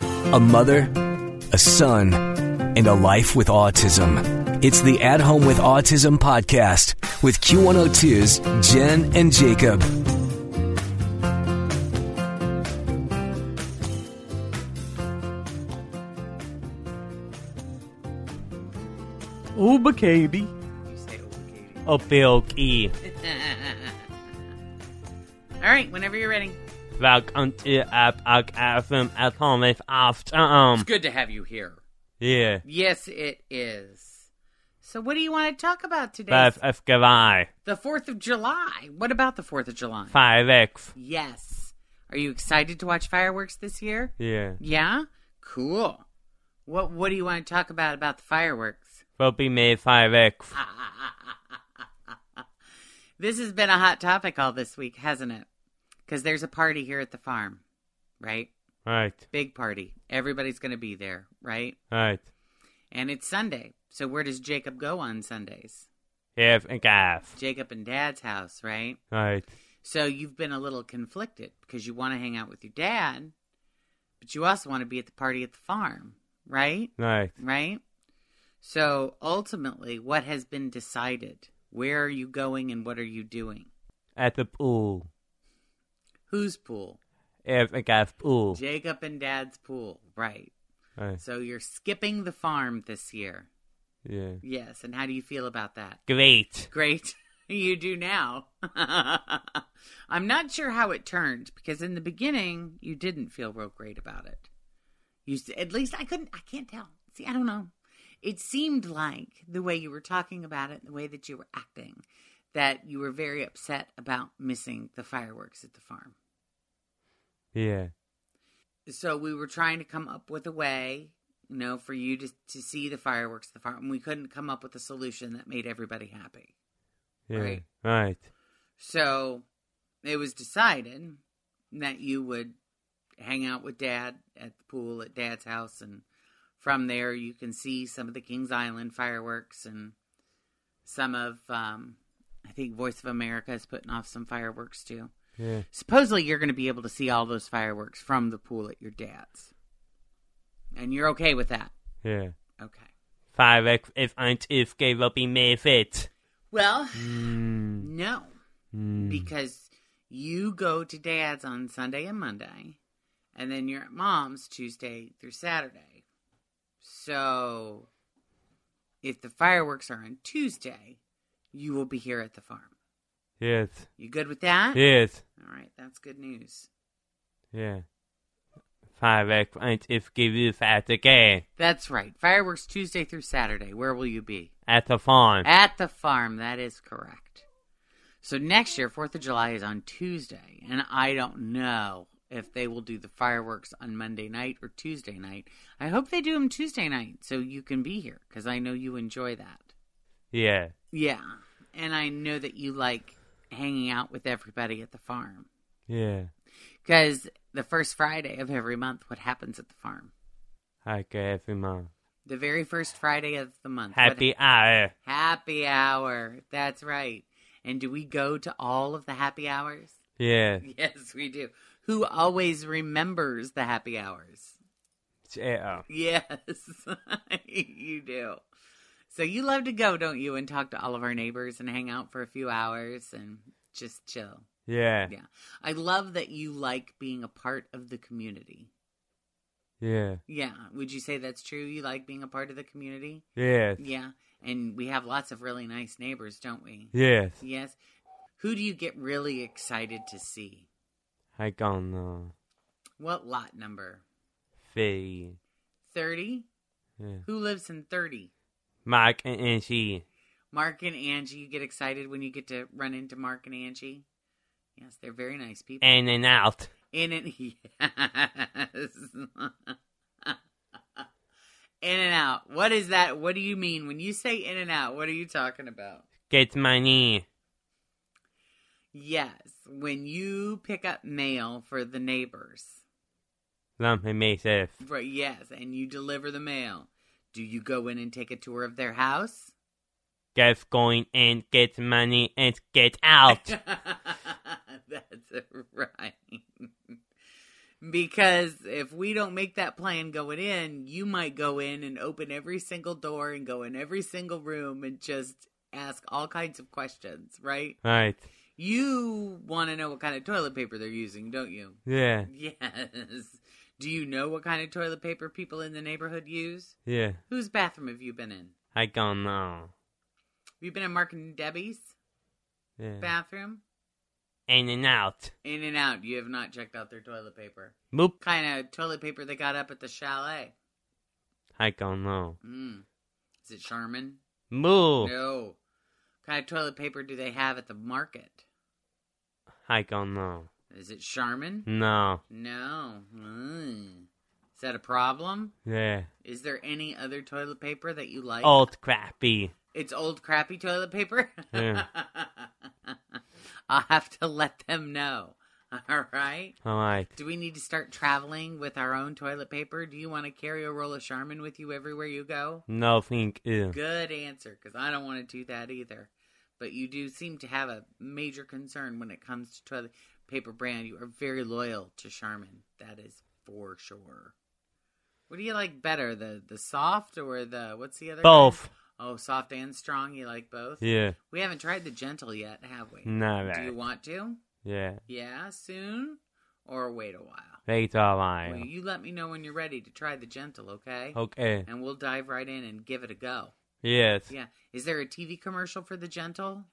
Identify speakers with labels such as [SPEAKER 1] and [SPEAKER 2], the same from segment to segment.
[SPEAKER 1] a mother, a son, and a life with autism. It's the At Home with Autism podcast with Q102's Jen and Jacob.
[SPEAKER 2] Uber Katie.
[SPEAKER 3] Oh, Bilky.
[SPEAKER 4] All right, whenever you're ready.
[SPEAKER 3] Welcome to Epic FM at home with Afton.
[SPEAKER 4] It's good to have you here.
[SPEAKER 3] Yeah.
[SPEAKER 4] Yes, it is. So, what do you want to talk about today?
[SPEAKER 3] Beth of July.
[SPEAKER 4] the 4th of July. What about the 4th of July?
[SPEAKER 3] Fireworks.
[SPEAKER 4] Yes. Are you excited to watch fireworks this year?
[SPEAKER 3] Yeah.
[SPEAKER 4] Yeah? Cool. What what do you want to talk about about the fireworks?
[SPEAKER 3] Will be made fireworks.
[SPEAKER 4] This has been a hot topic all this week, hasn't it? Cuz there's a party here at the farm, right?
[SPEAKER 3] Right.
[SPEAKER 4] Big party. Everybody's going to be there, right?
[SPEAKER 3] Right.
[SPEAKER 4] And it's Sunday. So where does Jacob go on Sundays?
[SPEAKER 3] Yes, and gaff.
[SPEAKER 4] Jacob and dad's house, right?
[SPEAKER 3] Right.
[SPEAKER 4] So you've been a little conflicted because you want to hang out with your dad, but you also want to be at the party at the farm, right?
[SPEAKER 3] Right.
[SPEAKER 4] Right? So ultimately, what has been decided? Where are you going and what are you doing?
[SPEAKER 3] At the pool.
[SPEAKER 4] Whose pool?
[SPEAKER 3] Yes, and gaff pool.
[SPEAKER 4] Jacob and dad's pool, right?
[SPEAKER 3] Right.
[SPEAKER 4] So you're skipping the farm this year.
[SPEAKER 3] Yeah.
[SPEAKER 4] Yes, and how do you feel about that?
[SPEAKER 3] Great.
[SPEAKER 4] Great. You do now. I'm not sure how it turned because in the beginning you didn't feel real great about it. You s- at least I couldn't I can't tell. See, I don't know. It seemed like the way you were talking about it, the way that you were acting, that you were very upset about missing the fireworks at the farm.
[SPEAKER 3] Yeah.
[SPEAKER 4] So we were trying to come up with a way, you know, for you to to see the fireworks at the farm. We couldn't come up with a solution that made everybody happy.
[SPEAKER 3] Yeah.
[SPEAKER 4] Right.
[SPEAKER 3] Right.
[SPEAKER 4] So it was decided that you would hang out with dad at the pool at dad's house and from there you can see some of the Kings Island fireworks and some of um I think Voice of America is putting off some fireworks too.
[SPEAKER 3] Yeah.
[SPEAKER 4] Supposedly you're going to be able to see all those fireworks from the pool at your dad's. And you're okay with that.
[SPEAKER 3] Yeah.
[SPEAKER 4] Okay.
[SPEAKER 3] Fireworks if and if gay will be made fit.
[SPEAKER 4] Well,
[SPEAKER 3] Mm.
[SPEAKER 4] no.
[SPEAKER 3] Mm.
[SPEAKER 4] because you go to dad's on Sunday and Monday, and then you're at mom's Tuesday through Saturday. So, if the fireworks are on Tuesday, you will be here at the farm.
[SPEAKER 3] Yes.
[SPEAKER 4] You good with that?
[SPEAKER 3] Yes.
[SPEAKER 4] All right, that's good news.
[SPEAKER 3] Yeah. Fireworks and if give you fat again.
[SPEAKER 4] That's right. Fireworks Tuesday through Saturday. Where will you be?
[SPEAKER 3] At the farm.
[SPEAKER 4] At the farm. That is correct. So next year, Fourth of July is on Tuesday, and I don't know if they will do the fireworks on Monday night or Tuesday night. I hope they do them Tuesday night so you can be here because I know you enjoy that.
[SPEAKER 3] Yeah.
[SPEAKER 4] Yeah, and I know that you like hanging out with everybody at the farm
[SPEAKER 3] Yeah.
[SPEAKER 4] because the first Friday of every month, what happens at the farm?
[SPEAKER 3] I go every month.
[SPEAKER 4] The very first Friday of the month. what
[SPEAKER 3] Happy hour.
[SPEAKER 4] Happy hour. That's right. And do we go to all of the happy hours?
[SPEAKER 3] Yeah.
[SPEAKER 4] Yes, we do. Who always remembers the happy hours?
[SPEAKER 3] Yeah.
[SPEAKER 4] Yes, you do. So you love to go, don't you, and talk to all of our neighbors and hang out for a few hours and just chill.
[SPEAKER 3] Yeah.
[SPEAKER 4] Yeah. I love that you like being a part of the community.
[SPEAKER 3] Yeah.
[SPEAKER 4] Yeah. Would you say that's true? You like being a part of the community?
[SPEAKER 3] Yes.
[SPEAKER 4] Yeah. And we have lots of really nice neighbors, don't we?
[SPEAKER 3] Yes.
[SPEAKER 4] Yes. Who do you get really excited to see?
[SPEAKER 3] I don't know.
[SPEAKER 4] What lot number?
[SPEAKER 3] Three.
[SPEAKER 4] 30?
[SPEAKER 3] Yeah.
[SPEAKER 4] Who lives in 30?
[SPEAKER 3] Mark and Angie.
[SPEAKER 4] Mark and Angie. You get excited when you get to run into Mark and Angie. Yes, they're very nice people.
[SPEAKER 3] In and out.
[SPEAKER 4] In and yes. in and out. What is that? What do you mean when you say in and out? What are you talking about?
[SPEAKER 3] Get money.
[SPEAKER 4] Yes, when you pick up mail for the neighbors.
[SPEAKER 3] Lumpy Massive.
[SPEAKER 4] Right, yes, and you deliver the mail. Do you go in and take a tour of their house?
[SPEAKER 3] Get going and get money and get out.
[SPEAKER 4] That's right. because if we don't make that plan going in, you might go in and open every single door and go in every single room and just ask all kinds of questions, right?
[SPEAKER 3] Right.
[SPEAKER 4] You want to know what kind of toilet paper they're using, don't you?
[SPEAKER 3] Yeah.
[SPEAKER 4] Yes. Do you know what kind of toilet paper people in the neighborhood use?
[SPEAKER 3] Yeah.
[SPEAKER 4] Whose bathroom have you been in? Have
[SPEAKER 3] I don't know.
[SPEAKER 4] you been in Mark and Debbie's
[SPEAKER 3] Yeah.
[SPEAKER 4] bathroom?
[SPEAKER 3] In and out.
[SPEAKER 4] In and out. You have not checked out their toilet paper.
[SPEAKER 3] Boop.
[SPEAKER 4] Kind of toilet paper they got up at the chalet.
[SPEAKER 3] I don't know.
[SPEAKER 4] Mm. Is it Charmin?
[SPEAKER 3] Moo.
[SPEAKER 4] No. kind of toilet paper do they have at the market?
[SPEAKER 3] I don't know.
[SPEAKER 4] Is it Charmin?
[SPEAKER 3] Hmm. No.
[SPEAKER 4] No. Mm. Is that a problem?
[SPEAKER 3] Yeah.
[SPEAKER 4] Is there any other toilet paper that you like?
[SPEAKER 3] Old crappy.
[SPEAKER 4] It's old crappy toilet paper?
[SPEAKER 3] Yeah.
[SPEAKER 4] I'll have to let them know. All right.
[SPEAKER 3] All right.
[SPEAKER 4] Do we need to start traveling with our own toilet paper? Do you want to carry a roll of Charmin with you everywhere you go?
[SPEAKER 3] No, think you.
[SPEAKER 4] Good answer, because I don't want to do that either. But you do seem to have a major concern when it comes to toilet paper brand. You are very loyal to Charmin. That is for sure. What do you like better, the the soft or the what's the other?
[SPEAKER 3] Both.
[SPEAKER 4] kind? Oh, soft and strong. You like both?
[SPEAKER 3] Yeah.
[SPEAKER 4] We haven't tried the gentle yet, have we?
[SPEAKER 3] No,
[SPEAKER 4] Do you
[SPEAKER 3] right.
[SPEAKER 4] want to?
[SPEAKER 3] Yeah.
[SPEAKER 4] Yeah, soon or wait a while.
[SPEAKER 3] Wait a
[SPEAKER 4] Will
[SPEAKER 3] while.
[SPEAKER 4] you let me know when you're ready to try the gentle, okay?
[SPEAKER 3] Okay.
[SPEAKER 4] And we'll dive right in and give it a go.
[SPEAKER 3] Yes.
[SPEAKER 4] Yeah. Is there a TV commercial for the gentle?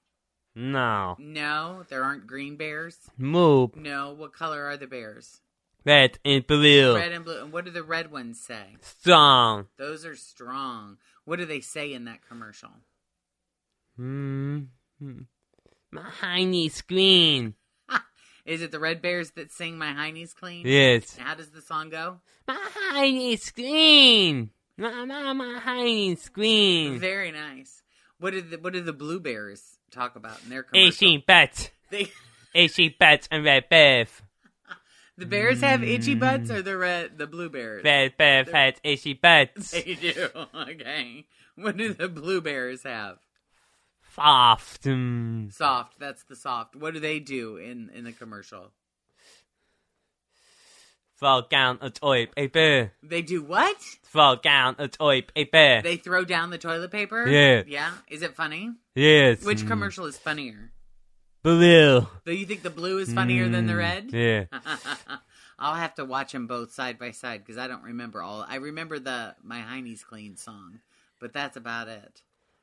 [SPEAKER 3] No.
[SPEAKER 4] No, there aren't green bears.
[SPEAKER 3] Moo.
[SPEAKER 4] No, what color are the bears?
[SPEAKER 3] Red and blue.
[SPEAKER 4] Red and blue. And what do the red ones say?
[SPEAKER 3] Strong.
[SPEAKER 4] Those are strong. What do they say in that commercial?
[SPEAKER 3] Hmm. My hiney screen.
[SPEAKER 4] Is it the red bears that sing My Hiney's Clean?
[SPEAKER 3] Yes.
[SPEAKER 4] And How does the song go?
[SPEAKER 3] My hiney screen. My, my, my hiney screen.
[SPEAKER 4] Very nice. What did the, what do the blue bears talk about in their commercial?
[SPEAKER 3] Itchy butts.
[SPEAKER 4] They,
[SPEAKER 3] Itchy butts and red beef.
[SPEAKER 4] the bears have itchy butts or the red the blue bears?
[SPEAKER 3] Red beef has itchy butts.
[SPEAKER 4] They do. Okay. What do the blue bears have?
[SPEAKER 3] Soft. Mm.
[SPEAKER 4] Soft. That's the soft. What do they do in in the commercial?
[SPEAKER 3] Fall down a toy paper.
[SPEAKER 4] They do what?
[SPEAKER 3] Fall down a toy paper.
[SPEAKER 4] They throw down the toilet paper.
[SPEAKER 3] Yeah.
[SPEAKER 4] Yeah. Is it funny?
[SPEAKER 3] Yes.
[SPEAKER 4] Which
[SPEAKER 3] Mm.
[SPEAKER 4] commercial is funnier?
[SPEAKER 3] Blue.
[SPEAKER 4] Do you think the blue is funnier than the
[SPEAKER 3] Mm.
[SPEAKER 4] red? Uh-huh.
[SPEAKER 3] Yeah.
[SPEAKER 4] I'll have to watch them both side by side because I don't remember all. I remember the "My Hiney's Clean" song, but that's about it.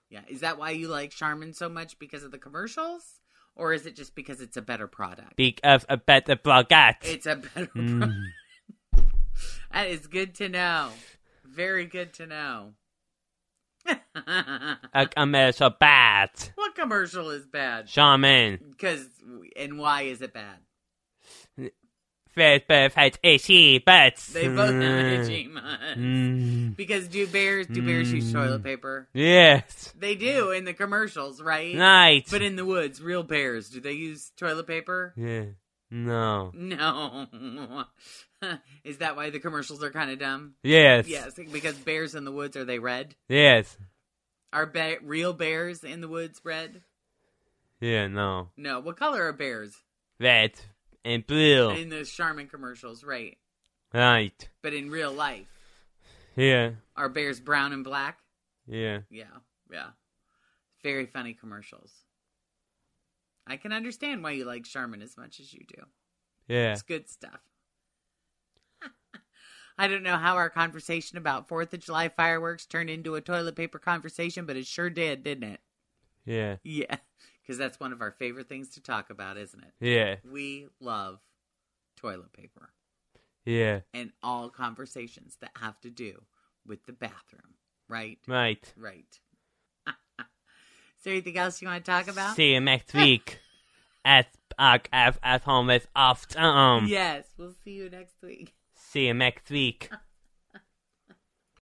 [SPEAKER 4] Yeah, is that why you like Charmin so much because of the commercials, or is it just because it's a better product?
[SPEAKER 3] Speak of a better blogat.
[SPEAKER 4] It's a better.
[SPEAKER 3] Mm.
[SPEAKER 4] product. That is good to know. Very good to know. uh-huh.
[SPEAKER 3] A commercial bat.
[SPEAKER 4] what commercial is bad?
[SPEAKER 3] Shaman.
[SPEAKER 4] Because and why is it bad?
[SPEAKER 3] Red beef has itchy butts.
[SPEAKER 4] They both have
[SPEAKER 3] Mm.
[SPEAKER 4] itchy mugs.
[SPEAKER 3] Mm.
[SPEAKER 4] Because do bears do bears use toilet paper?
[SPEAKER 3] Yes.
[SPEAKER 4] They do in the commercials, right?
[SPEAKER 3] Night.
[SPEAKER 4] But in the woods, real bears, do they use toilet paper?
[SPEAKER 3] yeah. No.
[SPEAKER 4] No. Is that why the commercials are kind of dumb?
[SPEAKER 3] Yes.
[SPEAKER 4] Yes, because bears in the woods are they red?
[SPEAKER 3] Yes.
[SPEAKER 4] Are ba- real bears in the woods red?
[SPEAKER 3] Yeah, no.
[SPEAKER 4] No. What color are bears
[SPEAKER 3] Red and blue.
[SPEAKER 4] in those Charmin commercials? Right.
[SPEAKER 3] right.
[SPEAKER 4] But in real life,
[SPEAKER 3] Yeah.
[SPEAKER 4] are bears brown and black?
[SPEAKER 3] Yeah.
[SPEAKER 4] Yeah, yeah. Very funny commercials. I can understand why you like Charmin as much as you do.
[SPEAKER 3] Yeah.
[SPEAKER 4] It's good stuff. I don't know how our conversation about 4th of July fireworks turned into a toilet paper conversation, but it sure did, didn't it?
[SPEAKER 3] Yeah.
[SPEAKER 4] Yeah, because that's one of our favorite things to talk about, isn't it?
[SPEAKER 3] Yeah.
[SPEAKER 4] We love toilet paper
[SPEAKER 3] Yeah.
[SPEAKER 4] and all conversations that have to do with the bathroom, right?
[SPEAKER 3] Right.
[SPEAKER 4] Right. Is there anything else you want to talk about?
[SPEAKER 3] See you next week at Park F at home with off um.
[SPEAKER 4] Yes, we'll see you next week.
[SPEAKER 3] See you next week.